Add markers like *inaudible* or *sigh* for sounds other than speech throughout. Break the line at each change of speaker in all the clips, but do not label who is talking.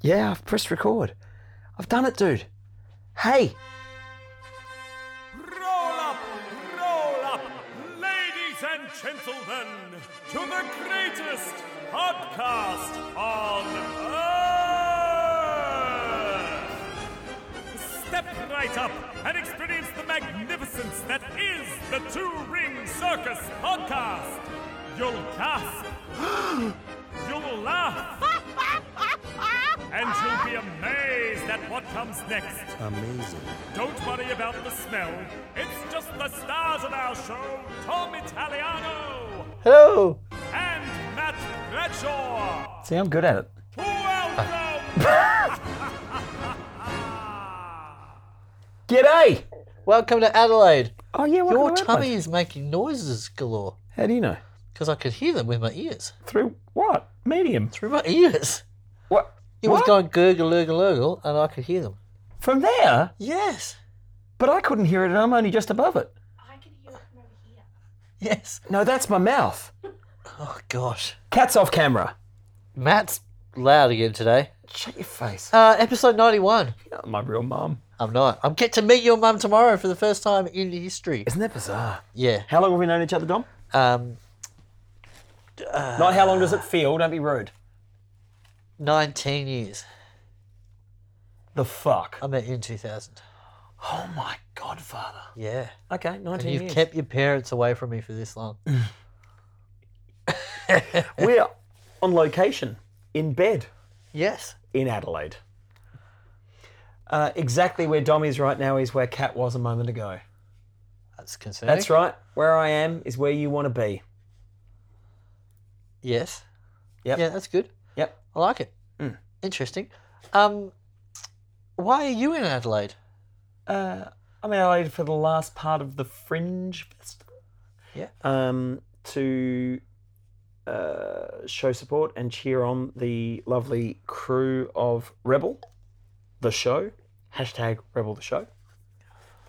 Yeah, I've pressed record. I've done it, dude. Hey!
Roll up, roll up, ladies and gentlemen, to the greatest podcast on earth. Step right up and experience the magnificence that is the Two Ring Circus podcast. You'll gasp, *gasps* you'll laugh, and you'll be amazed at what comes next.
Amazing.
Don't worry about the smell. It's just the stars of our show, Tom Italiano
Hello!
and Matt Bradshaw.
See, I'm good at it.
Welcome! *laughs*
G'day!
Welcome to Adelaide.
Oh, yeah, welcome
Your
to Adelaide.
tummy is making noises galore
How do you know?
because I could hear them with my ears.
Through what? Medium.
Through my ears.
What?
It was going gurgle, gurgle, gurgle, and I could hear them.
From there?
Yes.
But I couldn't hear it, and I'm only just above it.
Yes.
No, that's my mouth.
Oh, gosh.
Cat's off camera.
Matt's loud again today.
Shut your face.
Uh, episode 91.
You're not my real mum.
I'm not. I'm get to meet your mum tomorrow for the first time in history.
Isn't that bizarre?
Yeah.
How long have we known each other, Dom?
Um,
Not how long does it feel, don't be rude.
19 years.
The fuck?
I met you in 2000.
Oh my god, father.
Yeah.
Okay, 19
And you've
years. Mm.
kept your parents away from me for this long.
We're on location in bed
yes.
in Adelaide. Uh, exactly where Dom is right now is where Cat was a moment ago.
That's concerning.
That's right. Where I am is where you want to be.
Yes.
Yep.
Yeah, that's good.
Yep.
I like it.
Mm.
Interesting. Um, why are you in Adelaide?
Uh, I'm in Adelaide for the last part of the Fringe Festival.
Yeah.
Um, to uh, show support and cheer on the lovely crew of Rebel, the show. Hashtag Rebel the show.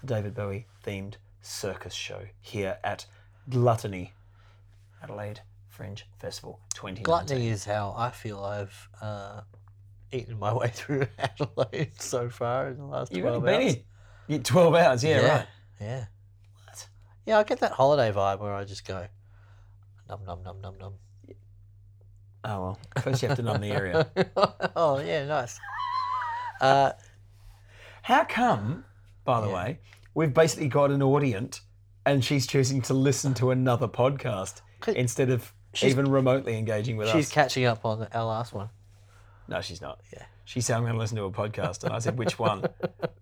The David Bowie themed circus show here at Gluttony Adelaide Fringe Festival 2019.
Gluttony is how I feel I've uh, eaten my *laughs* way through Adelaide so far in the last
You've
12
only been
hours.
here. Yeah, 12 hours, yeah,
yeah,
right.
yeah. Yeah, I get that holiday vibe where I just go num num num num num.
Oh, well. First, you have to numb the area.
*laughs* oh
*laughs*
yeah, nice. Uh,
How come, by the
Yeah.
way, we've basically got an audience and she's choosing to listen to another podcast
'Cause
instead of
she's-
even remotely engaging with
she's
us?
catching up on our last one.
no, she's not. Yeah. She said, I'm going to listen to a podcast. And I said, which
*laughs*
one?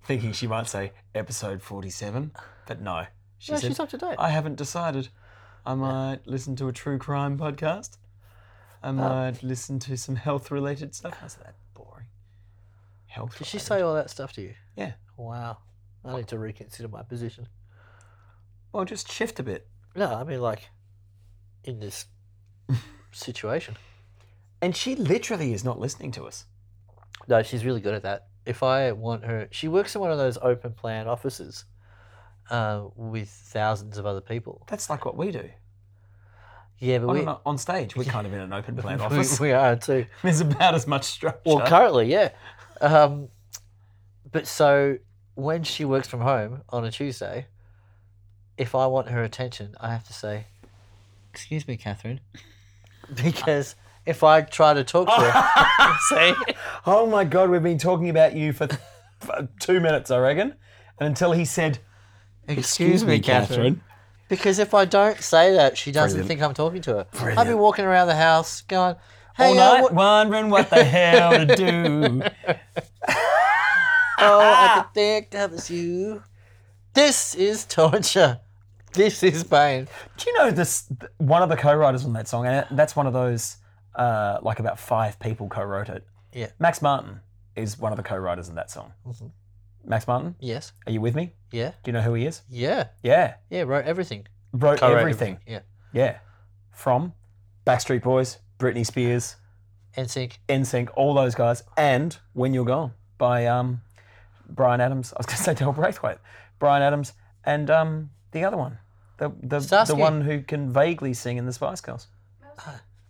Thinking she might say episode 47. But no. She
No,
said,
she's up to date.
I haven't decided. I might listen to a true crime podcast.
Uh,
I might listen to some health related stuff. I said, that's boring. Health
Did she say all that stuff to you?
Yeah.
Wow. I need to reconsider my position.
Well, just shift a bit.
No, I mean like in *laughs* this situation.
And she literally is not listening to us.
No, she's really good at that. If I want her, she works in one of those open plan offices uh, with thousands of other people.
That's like what we do.
Yeah, but
On,
we,
an- on stage, we're kind of in an open *laughs* plan
*laughs* we,
office.
we are too.
There's about as much structure. *laughs*
Well, currently, yeah. Um, but so when she works from home on a Tuesday, if I want her attention, I have to say, "Excuse me, Catherine," *laughs* because if I try to talk to *laughs* her, see,
oh my God, we've been talking about you for, for two minutes, I reckon. And until he said,
"Excuse me, Catherine," because if I don't say that, she doesn't
Brilliant.
think I'm talking to her. I'd be
Brilliant.
walking around the house going, "Hey,
All
uh,
night
what-
wondering what the hell to do.
oh, I could think that was you." This is torture. This is pain.
*laughs* Do you know this? th- One of the co-writers on that song, and that's one of those uh, like about five people co-wrote it.
Yeah.
Max Martin is one of the co-writers in that song.
Mhm.
Max Martin,
Yes.
are you with me?
Yeah.
Do you know who he is?
Yeah.
Yeah,
Yeah, wrote everything.
wrote
Co-wrote
everything.
Yeah.
Yeah, from Backstreet Boys, Britney Spears,
And sync.
NSYNC, all those guys, and When You're Gone by um, Brian Adams. I was going to *laughs* say Del Braithwaite, Brian Adams, and um, the other one, the the, the
Starsky.
one who can vaguely sing in the Spice Girls,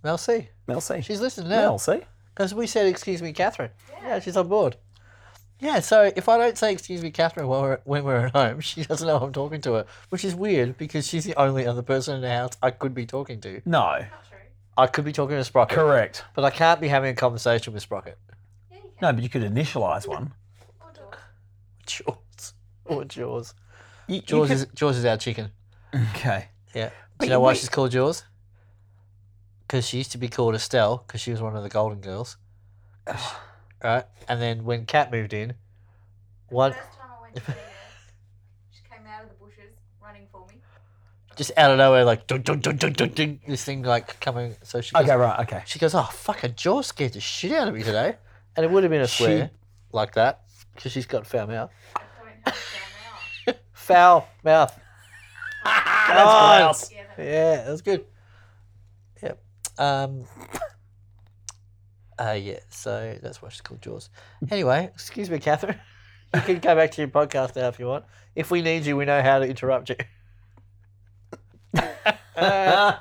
Mel C.
Mel C.
She's listening now.
Mel C.
Because we said, "Excuse me, Catherine." Yeah. she's on board. Yeah, so if I don't say "Excuse me, Catherine" while we're, when we're at home, *laughs* she doesn't know I'm talking to her, which is weird because she's the only other person in the house I could be talking to.
No.
Not true.
I could be talking to Sprocket,
Correct.
but I can't be having a conversation with Sprocket. *laughs*
Yeah, you can.
No, but you could initialize one.
Or dog.
Jaws or Jaws.
You- you
Jaws
could-
is Jaws is our chicken.
*laughs* okay.
Yeah.
But
Do you know why
we-
she's called Jaws? Because she used to be called Estelle because she was one of the Golden
*sighs*
Girls, right? And then when Cat moved in, one
First time I went to see her, she came out of the bushes running for me.
just out of nowhere, like dun, dun, dun, dun, dun, dun, this thing like coming. So she goes,
Okay. Right. Okay.
she goes, oh fuck, a Jaws scared the shit out of me today, and it would have been a
She-
swear like that because she's got foul mouth.
I don't have to down now.
Foul mouth.
*laughs*
Come on.
Yeah, *laughs* that
Yeah, that was good. Yep. Um. Uh, yeah, so that's why she's called Jaws. Anyway, excuse me, Catherine. You can go back to your podcast now if you want. If we need you, we know how to
*laughs*
interrupt you. so
Uh,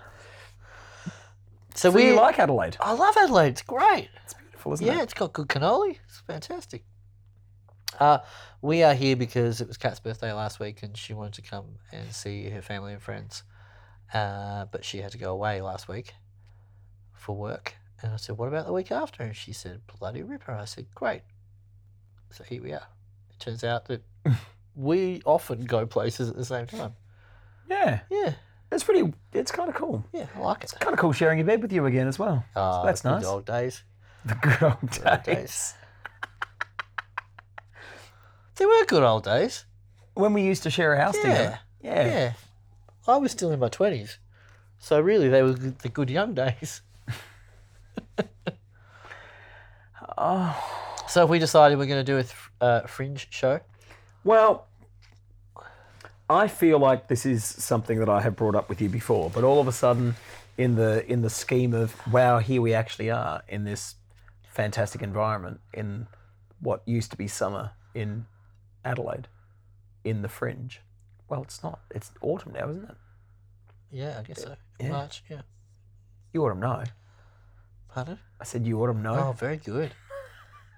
*laughs*
So
we
you like Adelaide?
I love Adelaide. It's great.
Beautiful, isn't
Yeah,
it?
it's got good cannoli. It's fantastic. Uh, we are here because it was Kat's birthday last week and she wanted to come and see her family and friends. Uh, but she had to go away last week for work. And I said, What about the week after? And she said, Bloody Ripper. I said, Great. So here we are. It turns out *laughs* that we often go places at the same time.
Yeah.
Yeah,
It's pretty. It's kind of cool.
yeah, I like it.
Kind of cool sharing a bed with you again as well.
Ah,
that's
the good
nice.
Old days.
The good *laughs* old
Good old
days.
days. They were good old days.
When we used to share a house
Yeah.
together. Yeah.
Yeah. I was still in my 20s. So really, they were g- the good young days.
Oh.
*laughs* So if we decided we're going to do a th- uh, fringe show,
Well, I feel like this is something that I have brought up with you before, but all of a sudden, in the in the scheme of wow, here we actually are in this fantastic environment in what used to be summer in Adelaide, in the fringe. Well, it's not. It's autumn now, isn't it?
yeah, I guess so.
Yeah.
March, yeah.
You autumn no.
Pardon?
I said you autumn no.
Oh, very good.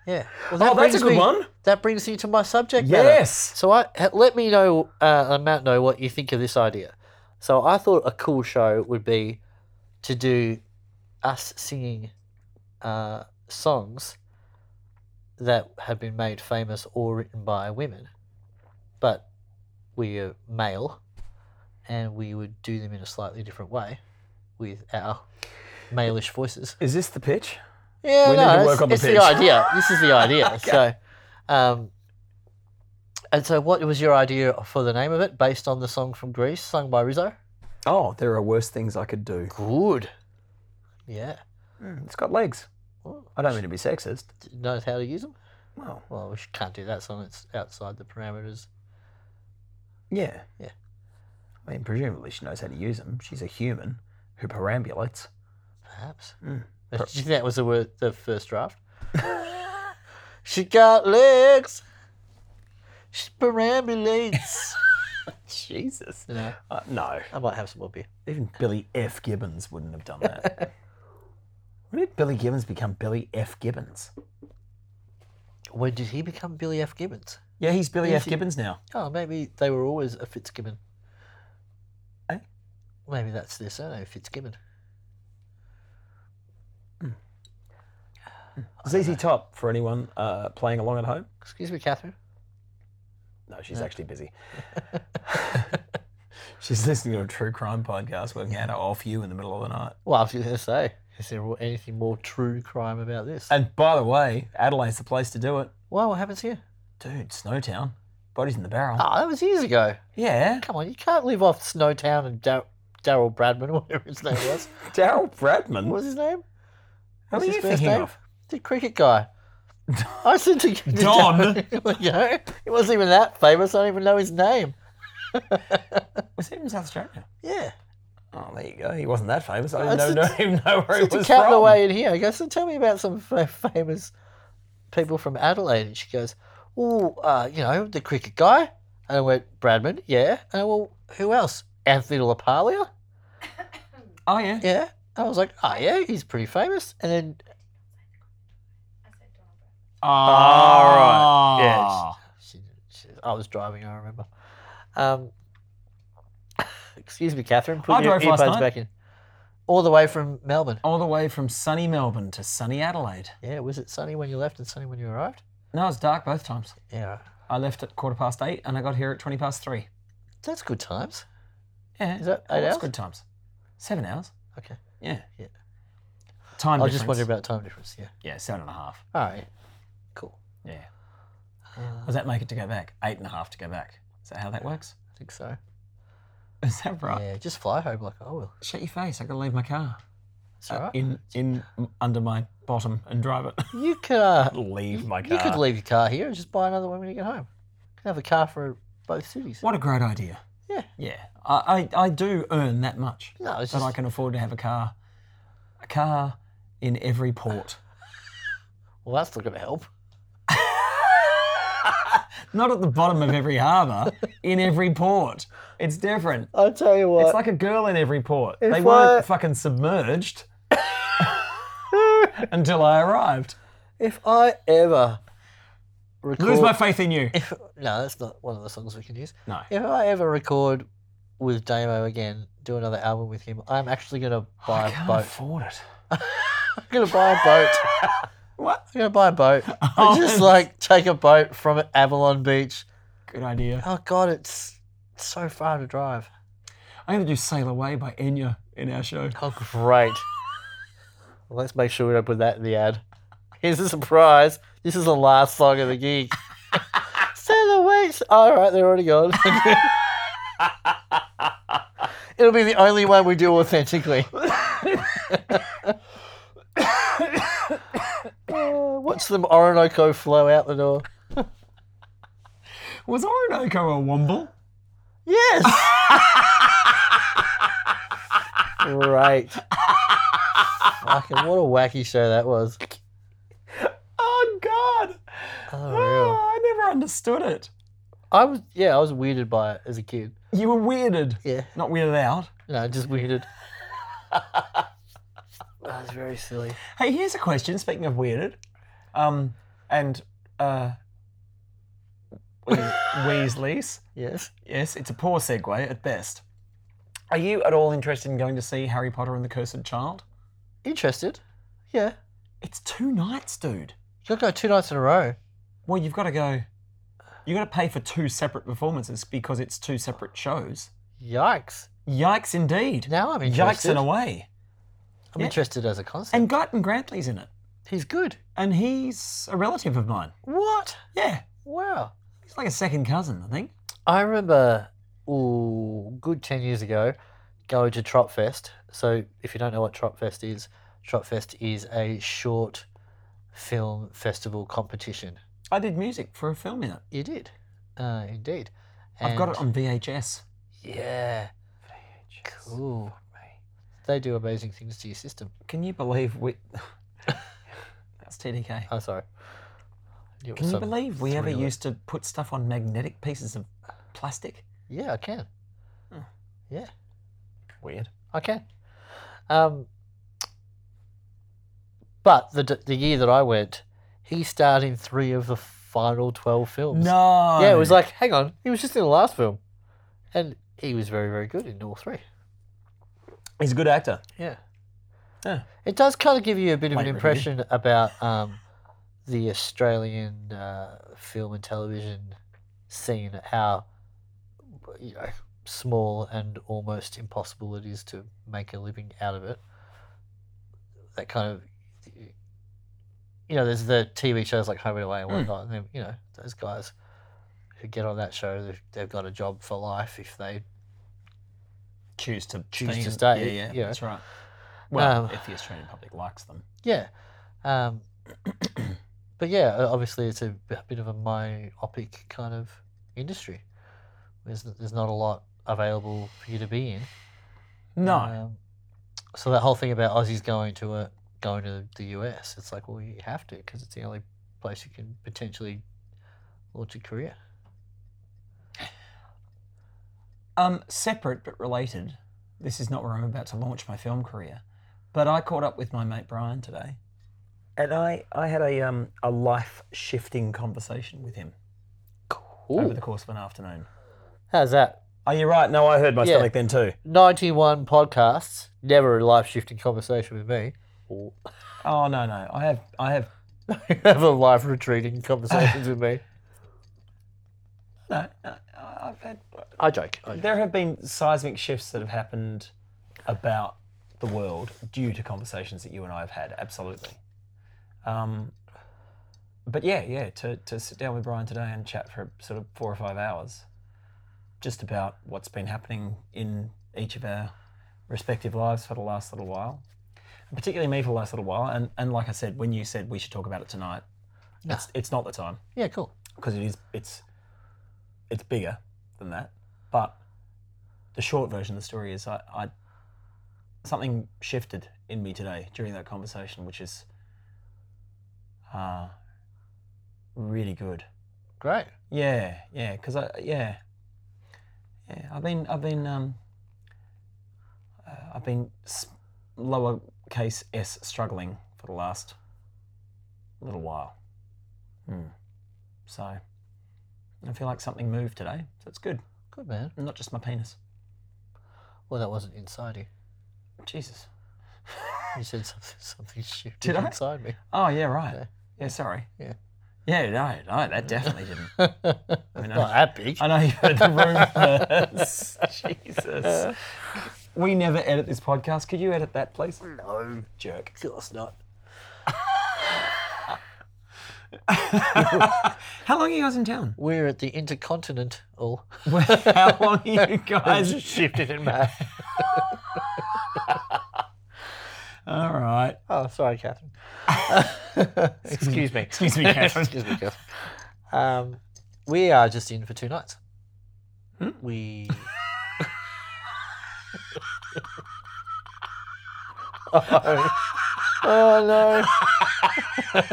Yeah. Well,
Oh, that's a
brings
good
me-
one.
That brings me to my subject matter.
Yes.
So I h- let me know, uh, and Matt know what you think of this idea. So I thought a cool show would be to do us singing uh, songs that have been made famous or written by women, but we are male, and we would do them in a slightly different way with our maleish voices.
Is this the pitch?
Yeah,
We
no,
need to
it's,
work on the
it's
pitch.
idea.
*laughs*
This is the idea. So, um, and so, what was your idea for the name of it, based on the song from Greece, sung by Rizzo?
Oh, there are worse things I could do.
Good. Yeah.
Mm, it's got legs.
Well,
I don't mean to be sexist.
knows how to use them.
Well,
Well, we sh- can't do that song. It's outside the parameters.
Yeah.
Yeah.
I mean, presumably she knows how to use them. She's a human who perambulates.
Perhaps.
Mm.
Do you think that was the word, the first draft?
*laughs*
she got legs. She perambulates.
Jesus.
*laughs* you know,
Uh, no.
I might have some more beer.
Even Billy F. Gibbons wouldn't have done *laughs* that. when did Billy Gibbons become Billy F. Gibbons?
When did he become Billy F. Gibbons?
Yeah, he's Billy
Is
F.
he?
Gibbons now.
Oh, maybe they were always a Fitzgibbon.
Eh?
Maybe that's their surname, Fitzgibbon.
ZZ Top for anyone uh, playing along at home.
Excuse me, Catherine.
No, she's actually *laughs* busy. she's listening to a true crime podcast working out how off you in the middle of the night.
Well, I was going to say, is there anything more true crime about this?
And by the way, Adelaide's the place to do it.
well, what happens here?
Dude, Snowtown. Body's in the barrel.
Oh, that was years ago.
Yeah.
Come on, you can't live off Snowtown and Dar- Daryl Bradman, *laughs* or whatever his name was.
Daryl Bradman.
what was his name?
How
What's
are
his
you
first
thinking
name?
of?
The
*laughs*
cricket guy. I said to *laughs* to
Don.
you know, he wasn't even that famous. I don't even know his name.
Was he from South Australia?
Yeah.
Oh, there you go. He wasn't that famous. I
No,
*laughs* didn't know,
it's
know him know where he
It's a
was
cat
from.
the way in here. I go, so tell me about some fa- famous people from Adelaide. And she goes, oh, uh, you know, the cricket guy. And I went, Bradman, yeah. And I well, who else? Anthony LaPaglia,
Oh yeah.
yeah. And I was like, oh, yeah, he's pretty famous. And then
Ah, right. Yeah,
Ah.
She, she, I was driving. I remember. Um, *laughs* excuse me, Catherine. Put
I
your
drove last
earbuds
night.
back in. All the way from Melbourne.
All the way from sunny Melbourne to sunny Adelaide.
Yeah. Was it sunny when you left and sunny when you arrived?
No, it's dark both times.
Yeah.
I left at quarter past eight and I got here at 20 past three.
That's good times.
Yeah.
Is that eight
that's
hours?
good times. Seven hours.
Okay.
Yeah.
Yeah.
Time
I was
difference.
just wondering about time difference. Yeah.
Yeah, seven and a half.
All right. Cool. Uh,
Yeah. Does that make it to go back? Eight and a half to go back. Is that how that works? *laughs*
I think so.
Is that right?
Yeah. Just fly home like I will.
Shut your face. I gotta leave my car. Uh,
It's all right.
In in under my bottom and drive it.
you could. Uh,
Leave my
you
car.
could *laughs* leave your car here and just buy another one when you get home. You can have a car for both cities.
What a great idea.
Yeah.
Yeah. I, I, I do earn that much.
No, it's
that
just-
I can afford to have a car. A car in every port. *laughs*
Well, that's not going to help.
Not at the bottom of every harbour, in every port. It's different.
I'll tell you what.
It's like a girl in every port. They
If I-
weren't fucking submerged *laughs* until I arrived.
If I ever record,
Lose
*laughs*
my faith in you.
if, no, that's not one of the songs we can use.
No.
If I ever record with Damo again, do another album with him, I'm actually gonna buy
I
a
can't
boat. *laughs*
afford it.
I'm gonna buy a boat. *laughs*
What?
I'm gonna buy a *laughs* boat. I just
Oh.
like take a boat from Avalon Beach.
Good idea.
Oh God, it's so far to drive.
I'm going to do Sail Away by Enya in our show.
Oh great. Well, let's make sure we don't put that in the ad. Here's a surprise. This is the last song of the *laughs* gig. Sail away. All right, they're already *laughs* gone. It'll be the only one we do *laughs* authentically. Uh, watch them Orinoco flow out the door.
Was Orinoco a womble?
Yes. Great. Fucking what a wacky show that was.
Oh, God.
Unreal.
Oh, I never understood it.
I was yeah, I was weirded by it as a kid.
You were weirded.
Yeah.
Not weirded out.
No, just weirded. that was very silly.
Hey, here's a question. Speaking of weirded, um, and uh, Wee- Weasleys.
Yes.
Yes, it's a poor segue at best. Are you at all interested in going to see Harry Potter and the Cursed Child?
Interested? Yeah.
It's two nights, dude.
You'll go two nights in a row.
Well, you've got to go. You got to pay for two separate performances because it's two separate shows.
Yikes.
Yikes, indeed.
Now I'm
Yikes
interested.
in a way.
I'm
yeah.
interested as a concept.
And Guyton Grantley's in it,
he's good.
and he's a relative of mine.
What?
Yeah,
Wow.
he's like a second cousin, I think.
I remember, ooh, good 10 years ago, going to Tropfest. So, if you don't know what Tropfest is, Tropfest is a short film festival competition.
I did music for a film in it.
You did, uh, indeed.
I've got it
And-
on VHS.
Yeah. Cool. They do amazing things to your system.
Can you believe we? *laughs* That's TDK.
I'm Oh, sorry. It was
Can you
some
believe we ever
thriller.
used to put stuff on magnetic pieces of plastic?
Yeah, I can. Yeah,
Weird.
I can. Um, but the d- the year that I went, he starred in three of the final twelve films.
No.
Yeah, it was like, hang on, he was just in the last film, and he was very very good in all three.
he's a good actor.
Yeah.
Yeah.
It does kind of give you a bit of
Might
an
review.
impression about um, the Australian uh, film and television scene, how you know small and almost impossible it is to make a living out of it. That kind of, you know, there's the TV shows like Home and Away and whatnot, and then, you know those guys who get on that show, they've- they've got a job for life if they
Choose to
Choose to
be-
stay,
Yeah, yeah,
yeah.
that's right. Well,
Um,
if the Australian public likes them.
Yeah. Um, but yeah, o- obviously it's a b- bit of a myopic kind of industry. There's, there's not a lot available for you to be in.
No.
Um, so that whole thing about Aussies going to a, going to the US, it's like, well, you have to because it's the only place you can potentially launch a career.
Um, separate but related. This is not where I'm about to launch my film career, but I caught up with my mate Brian today, and I, I had a um a life shifting conversation with him over
Ooh.
the course of an afternoon.
How's that?
Oh, you're right. No, I heard my
Yeah.
stomach then too.
91 podcasts, never a life shifting conversation with me. *laughs*
Oh no, no, I have I have
Never life
*laughs*
retreating conversations with me.
no, no I've had.
I joke. I joke.
There have been seismic shifts that have happened about the world due to conversations that you and I have had. Absolutely. Um, but yeah, yeah, to, to sit down with Brian today and chat for sort of four or five hours, just about what's been happening in each of our respective lives for the last little while, and particularly me for the last little while. And and like I said, when you said we should talk about it tonight, it's it's not the time
Yeah, cool.
because it is it's it's bigger than that. But the short version of the story is I, I something shifted in me today during that conversation, which is uh, really good.
Great.
Yeah, yeah, because I yeah yeah I've been I've been um uh, I've been s- lowercase s struggling for the last little while. Hmm. So I feel like something moved today, so it's good.
Good, man.
Not just my penis.
Well, that wasn't inside you.
Jesus.
You said something, *laughs* something shifted
Did I?
inside me.
Oh yeah, right.
Yeah.
Yeah, sorry.
Yeah.
Yeah, no, no, that definitely didn't.
It's
mean, I-
not that big.
I know you heard the room
*laughs*
first. Jesus. We never edit this podcast. Could you edit that, please?
No,
Jerk.
of course not.
*laughs* How long are you guys in town? *laughs*
We're at the Intercontinental.
How long
*laughs*
are you guys?
shifted in my.
All right.
Oh, sorry,
*laughs*
Catherine. Excuse me.
Excuse me,
*laughs*
Catherine.
Excuse me, Catherine. Um, we are just in for two nights.
Hmm? *laughs*
We. oh. Oh, no.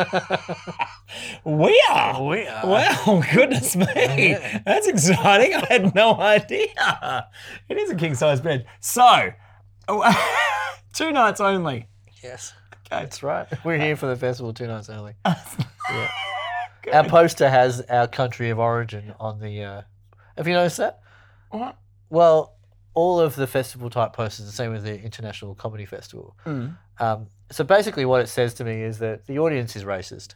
We are. We are. Wow, goodness me. That's exciting. I had no idea. It is a king size bed. So, *laughs* two nights only.
Yes.
Okay.
That's right. We're here for the festival two nights early. yeah. Our poster has our country of origin on the. Uh, have you noticed that?
What?
Well, all of the festival type posters, the same with the International Comedy Festival. Um, so basically, what it says to me is that the audience is racist,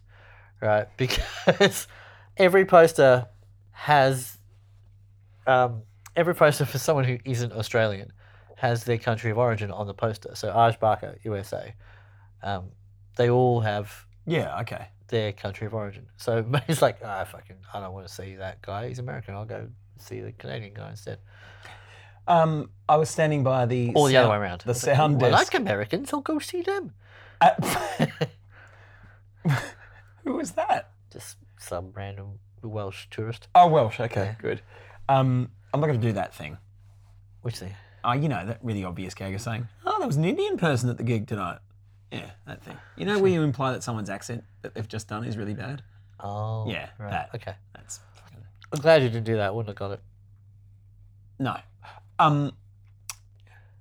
right? *laughs* Because every poster has um, every poster for someone who isn't Australian has their country of origin on the poster. So Aj Barker, USA. Um, they all have
Yeah, okay.
their country of origin. So *laughs* he's like, ah, fucking, I don't want to see that guy. He's American. I'll go see the Canadian guy instead.
Um, I was standing by the.
Or the
sound-
other way around.
The sound
I
desk.
like Americans. I'll go see them.
*laughs* Who was that?
Just some random Welsh tourist.
Oh, Welsh. Okay, good. Um, I'm not going to do that thing.
Which thing?
Oh, you know, that really obvious gag of saying, oh, there was an Indian person at the gig tonight. Yeah, that thing. You know where you imply that someone's accent that they've just done is really bad?
Oh,
Yeah,
right.
that.
Okay.
That's fucking...
I'm glad you didn't do that. Wouldn't have got it.
No. Um,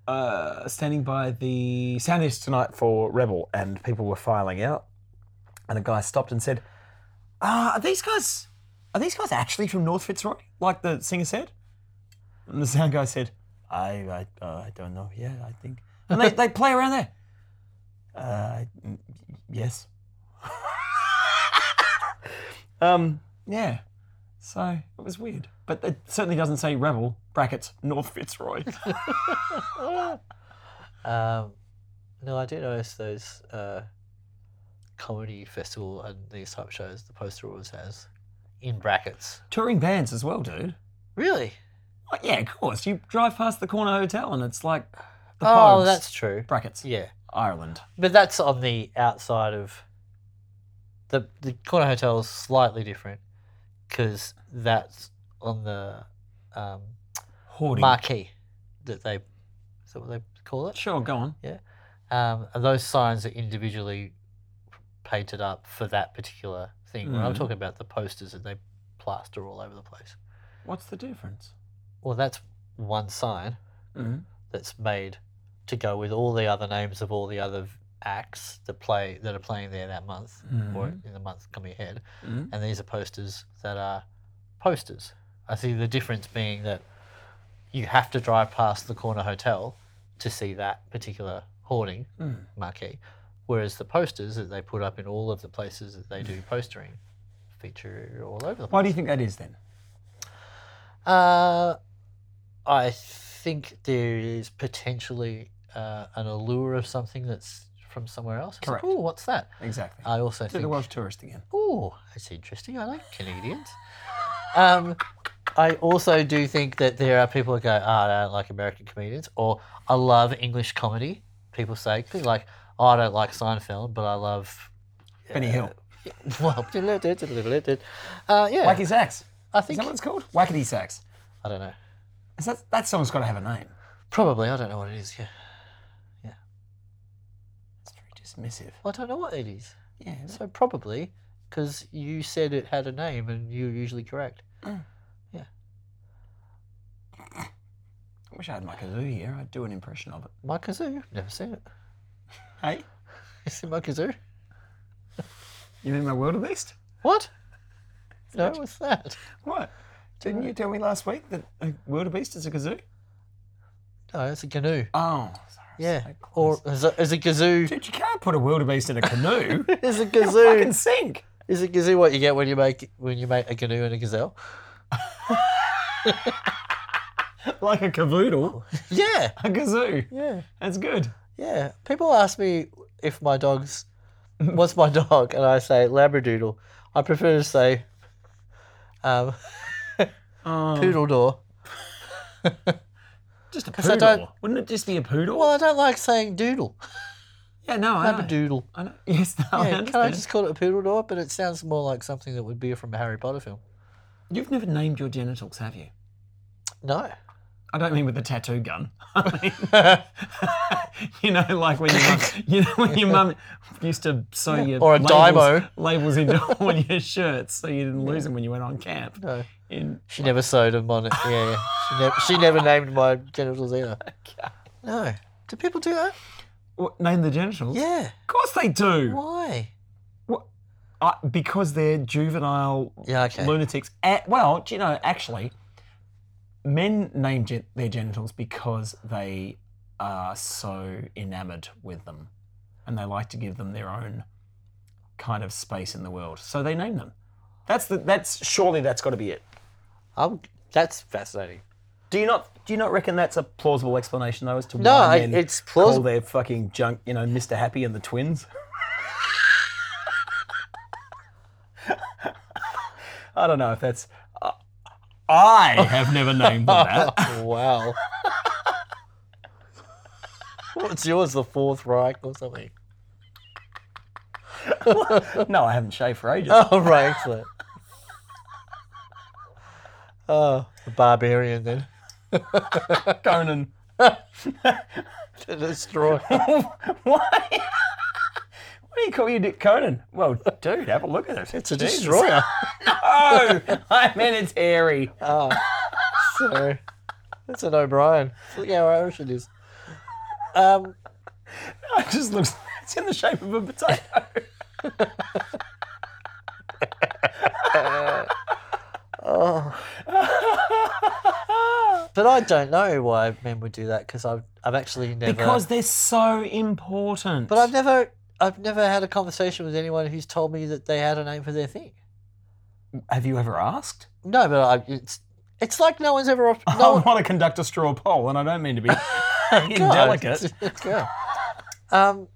uh, standing by the sound desk tonight for Rebel, and people were filing out, and a guy stopped and said, uh, "Are these guys? Are these guys actually from North Fitzroy?" Like the singer said, and the sound guy said, "I, I, uh, I don't know. Yeah, I think." And they, they play around there. Uh, mm, yes. *laughs* um, yeah. So it was weird. But it certainly doesn't say Rebel, brackets, North
*laughs*
Fitzroy.
Um, no, I do notice those uh, comedy festival and these type of shows. The poster always has in brackets.
Touring bands as well, dude.
Really?
Oh, yeah, of course. You drive past the corner hotel and it's like the
oh,
Pogues,
that's true.
brackets,
Yeah,
Ireland.
but that's on the outside of the the corner hotel is slightly different because that's on the um,
Hoarding.
marquee that they is that what they call it?
Sure, go on.
Um, and those signs are individually painted up for that particular thing. When I'm
Mhm.
talking about the posters that they plaster all over the place.
What's the difference?
Well, that's one sign
Mm.
that's made to go with all the other names of all the other acts that play that are playing there that month
Mm-hmm.
or in the month coming ahead, and these are posters that are posters. I see the difference being that you have to drive past the corner hotel to see that particular hoarding
Mm.
marquee, whereas the posters that they put up in all of the places that they do postering feature all over the place.
Mm. Why do you think that is then?
Uh, I think there is potentially uh, an allure of something that's from somewhere else. It's
Correct.
Like, oh, what's that?
Exactly.
I also
to
think.
the Welsh tourist again.
Oh, that's interesting. I like Canadians. um, I also do think that there are people who go, oh, I don't like American comedians, or I love English comedy. People say, like, oh, I don't like Seinfeld, but I love. *laughs*
Benny Hill.
Well, uh, yeah,
Wacky Sacks.
I
Is
think
that what it's called? Wackety Sacks.
I don't know.
Is that, that song's got to have a name.
Probably I don't know what it is. Yeah,
It's very dismissive.
well, I don't know what it is.
Yeah. it's-
So probably because you said it had a name and you're usually correct.
I wish I had my kazoo here. I'd do an impression of it.
My kazoo, never seen it. *laughs*
Hey?
Is it my kazoo?
You mean my world beast?
What? No, what's that?
What? Didn't you tell me last week that a wildebeest is a kazoo?
No, it's a canoe.
Oh, sorry.
Yeah, or is a, is a kazoo?
*laughs* Dude, you can't put a wildebeest in a canoe.
*laughs* Is a
fucking
kazoo?
sink.
Is a kazoo what you get when you make when you make a canoe and a gazelle? *laughs*
Like a cavoodle.
Yeah,
A kazoo.
yeah,
That's good.
yeah. People ask me if my dog's what's my *laughs* dog, and I say labradoodle. I prefer to say um,
Um,
poodle door.
just a
'Cause I don't-
poodle. Wouldn't it just be a poodle?
Well, I don't like saying doodle.
yeah, no, I know.
Labradoodle.
I know. *laughs* Yes, no, Oh, I
Yeah, can I
understand.
just call it a poodle door? But it sounds more like something that would be from a Harry Potter film.
You've never named your genitals, have you?
*laughs* No.
I don't mean with a tattoo gun. *laughs* you know, like when your mum,
*laughs*
you know, when your mum used to sew your
Or a
labels,
Dymo.
labels into
*laughs*
all your shirts so you didn't lose them when you went on camp.
No.
In
She never sewed them on it. Yeah, yeah. She, never, she never named my
*laughs*
genitals either. No. Do people do that?
what, name the genitals.
Yeah.
Of course they do.
Why?
What? Uh, because they're juvenile
Yeah, okay.
lunatics. A- well, do you know, actually, men name gen- their genitals because they are so enamored with them and they like to give them their own kind of space in the world. So they name them. That's the, that's surely that's got to be it.
I'm, that's fascinating.
Do you not do you not reckon that's a plausible explanation though as to
No,
why
I-
men
it's
call
plausible.
their fucking junk, you know, Mr. Happy and the twins? I don't know if that's. I- I have never named them
*laughs*
that.
Wow. What's yours? The Fourth Reich or something? *laughs*
No, I haven't shaved for ages.
Oh, right. Excellent. Oh, the barbarian then. *laughs*
Conan.
To
*laughs*
destroy.
Why? What do you call you Dick Conan? Well, dude, have a look at it.
It's a
Jesus.
destroyer.
Oh, I meant it's hairy.
*laughs* So that's an O'Brien. Look how Irish it is. Um,
It just looks. It's in the shape of a potato.
but I don't know why men would do that because I've I've actually never.
Because they're so important.
but I've never I've never had a conversation with anyone who's told me that they had a name for their thing.
Have you ever asked?
No, but I, it's it's like no one's ever. op-
*laughs*
No,
I want to conduct a straw poll, and I don't mean to
*laughs*
be
God.
indelicate.
Yeah. Um,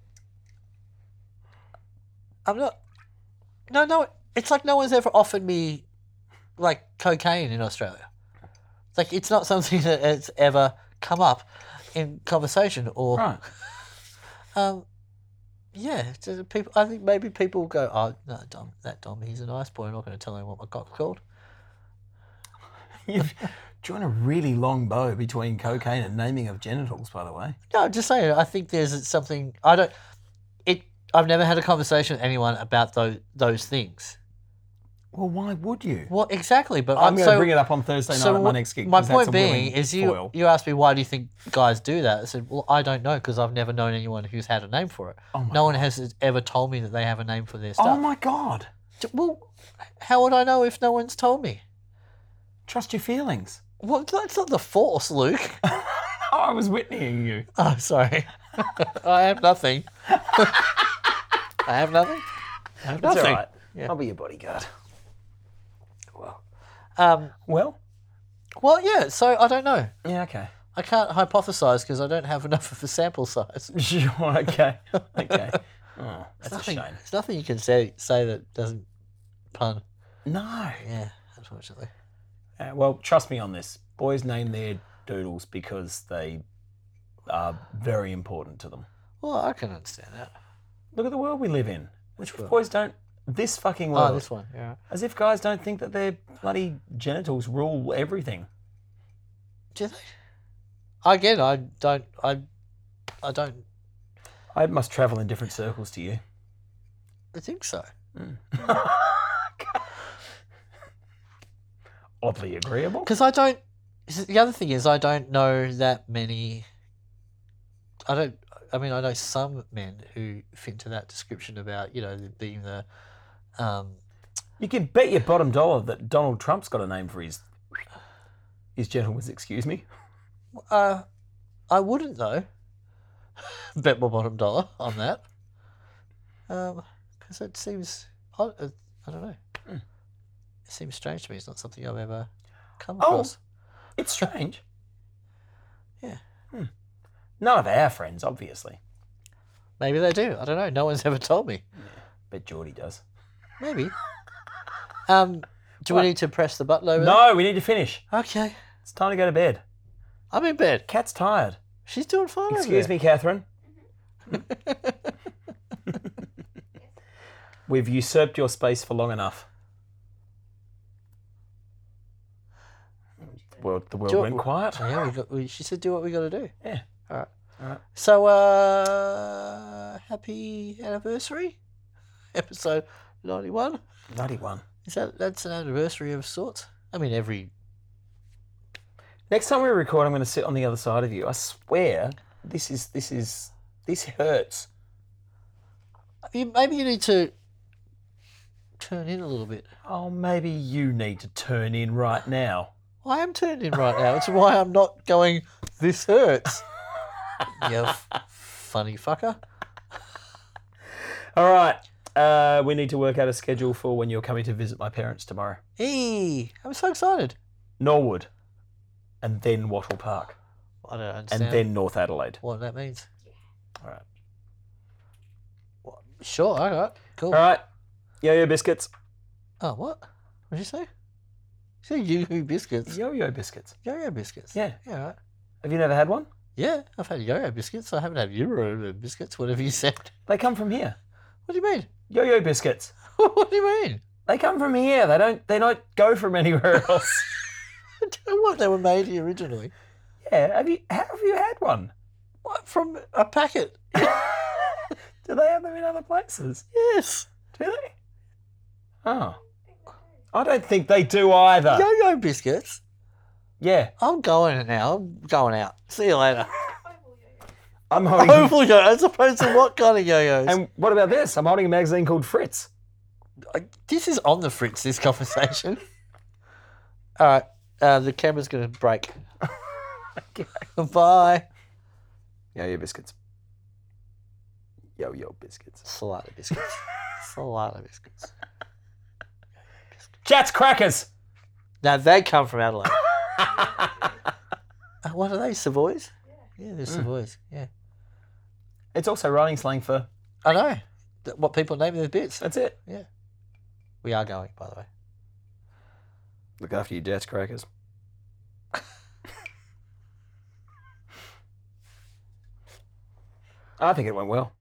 I'm not. No, no. It's like no one's ever offered me like cocaine in Australia. It's Like it's not something *laughs* that has ever come up in conversation or
Right.
um, yeah. it's just People, I think maybe people go, "Oh, no, Dom, that Dom, he's a nice boy. I'm not going to tell him what my cock's called."
You've drawn a really long bow between cocaine and naming of genitals, by the way.
No, I'm just saying. I think there's something I don't. It. I've never had a conversation with anyone about those those things.
Well, why would you?
Well, exactly. But
I'm going to
so-
bring it up on Thursday night at my
wh-
next gig.
My
'cause that's
point
a willing
being is you
foil.
you asked me why do you think guys do that? I said, well, I don't know because I've never known anyone who's had a name for it. no one has ever told me that they have a name for their
Oh
stuff.
my god!
D- well, how would I know if no one's told me?
Trust your
*laughs*
feelings.
Well, that's not the force, Luke.
*laughs*
*laughs*
Oh, I was witnessing you.
oh, sorry. *laughs* I have nothing. *laughs* I have nothing. I have
That's all
nothing.
right. I'll be your bodyguard.
Um,
Well,
well, yeah. So I don't know.
yeah, okay.
I can't hypothesize because I don't have enough of a sample size.
*laughs* Sure,
*laughs*
okay, okay. Oh, that's a
nothing,
shame.
There's nothing you can say say that doesn't pun.
No.
Yeah, unfortunately.
Uh, well, trust me on this. Boys name their doodles because they are very important to them.
Well, I can understand that.
Look at the world we live in. Which
world?
boys don't. This fucking world.
Oh, this one. Yeah.
As if guys don't think that their bloody genitals rule everything.
Do they? Again, I don't. I, I don't.
I must travel in different circles to you. *laughs*
I think so.
Oddly agreeable.
Because I don't. s- The other thing is, I don't know that many. I don't. I mean, I know some men who fit into that description about you know being the. Um,
You can bet your bottom dollar that Donald Trump's got a name for his his gentleman's excuse me.
uh, I wouldn't though. *laughs* Bet my bottom dollar on that. Um, because it seems I, I don't know.
Hmm.
It seems strange to me. It's not something I've ever come
Oh.
across.
It's strange.
Yeah.
Hmm. None of our friends, obviously.
Maybe they do. I don't know. No one's ever told me.
But Geordie does.
Maybe. um, do
What?
we need to press the button over?
No, we need to finish.
there? Okay.
It's time to go to bed.
I'm in bed.
Cat's tired.
She's doing fine. over
Excuse
there.
me, Catherine. We've usurped your space for long enough. The world, the world
Do you-
went quiet.
Yeah, we got, we, she said, "Do what we got to do."
Yeah.
All right.
All right.
So, uh, happy anniversary, *laughs* episode ninety-one.
Bloody one.
Is that that's an anniversary of sorts? I mean, every
Next time we record, I'm going to sit on the other side of you. I swear, this is this is this hurts.
you, maybe you need to turn in a little bit.
Oh, maybe you need to turn in right now.
I am turned in right now. It's why I'm not going. This hurts. *laughs* you f- funny fucker.
All right. Uh, we need to work out a schedule for when you're coming to visit my parents tomorrow.
Hey, I'm so excited.
Norwood, and then Wattle Park,
I don't understand
and then North Adelaide.
what that means.
All right.
Sure, all right, cool.
All right. Yo-yo biscuits.
Oh, what? What did you say? You said yoo-hoo biscuits.
Yo-yo biscuits.
Yo-yo biscuits.
Yeah.
Yeah, all right.
Have you never had one?
Yeah, I've had yo-yo biscuits. I haven't had yo-yo biscuits, whatever you said.
They come from here.
What do you mean? *laughs*
Yo-yo biscuits.
what do you mean?
They come from here. They don't. They don't go from *laughs* anywhere else.
*laughs* I don't know what they were made here originally.
yeah. Have you? Have you had one? *laughs*
What, from a packet?
Do they have them in other places?
Yes.
Do they? Oh. I don't think they do either.
Yo-yo biscuits?
yeah.
I'm going now. I'm going out. See you later.
I'm holding.
Hopefully, yo as opposed to what kind of yo-yos?
And what about this? I'm holding a magazine called Fritz.
I- this is on the fritz, this conversation. *laughs* All right. Uh, the camera's going to break. Bye.
Yo-yo biscuits. Yo-yo biscuits.
Salada biscuits. Salada biscuits.
Chat's crackers. *laughs*
Now they come from Adelaide. Uh, what are they, Savoys? Yeah, they're Savoys. Yeah.
It's also writing slang for.
I know. Th- What people name their bits.
That's it.
We are going, by the way.
Look after your jazz crackers. *laughs* I think it went well.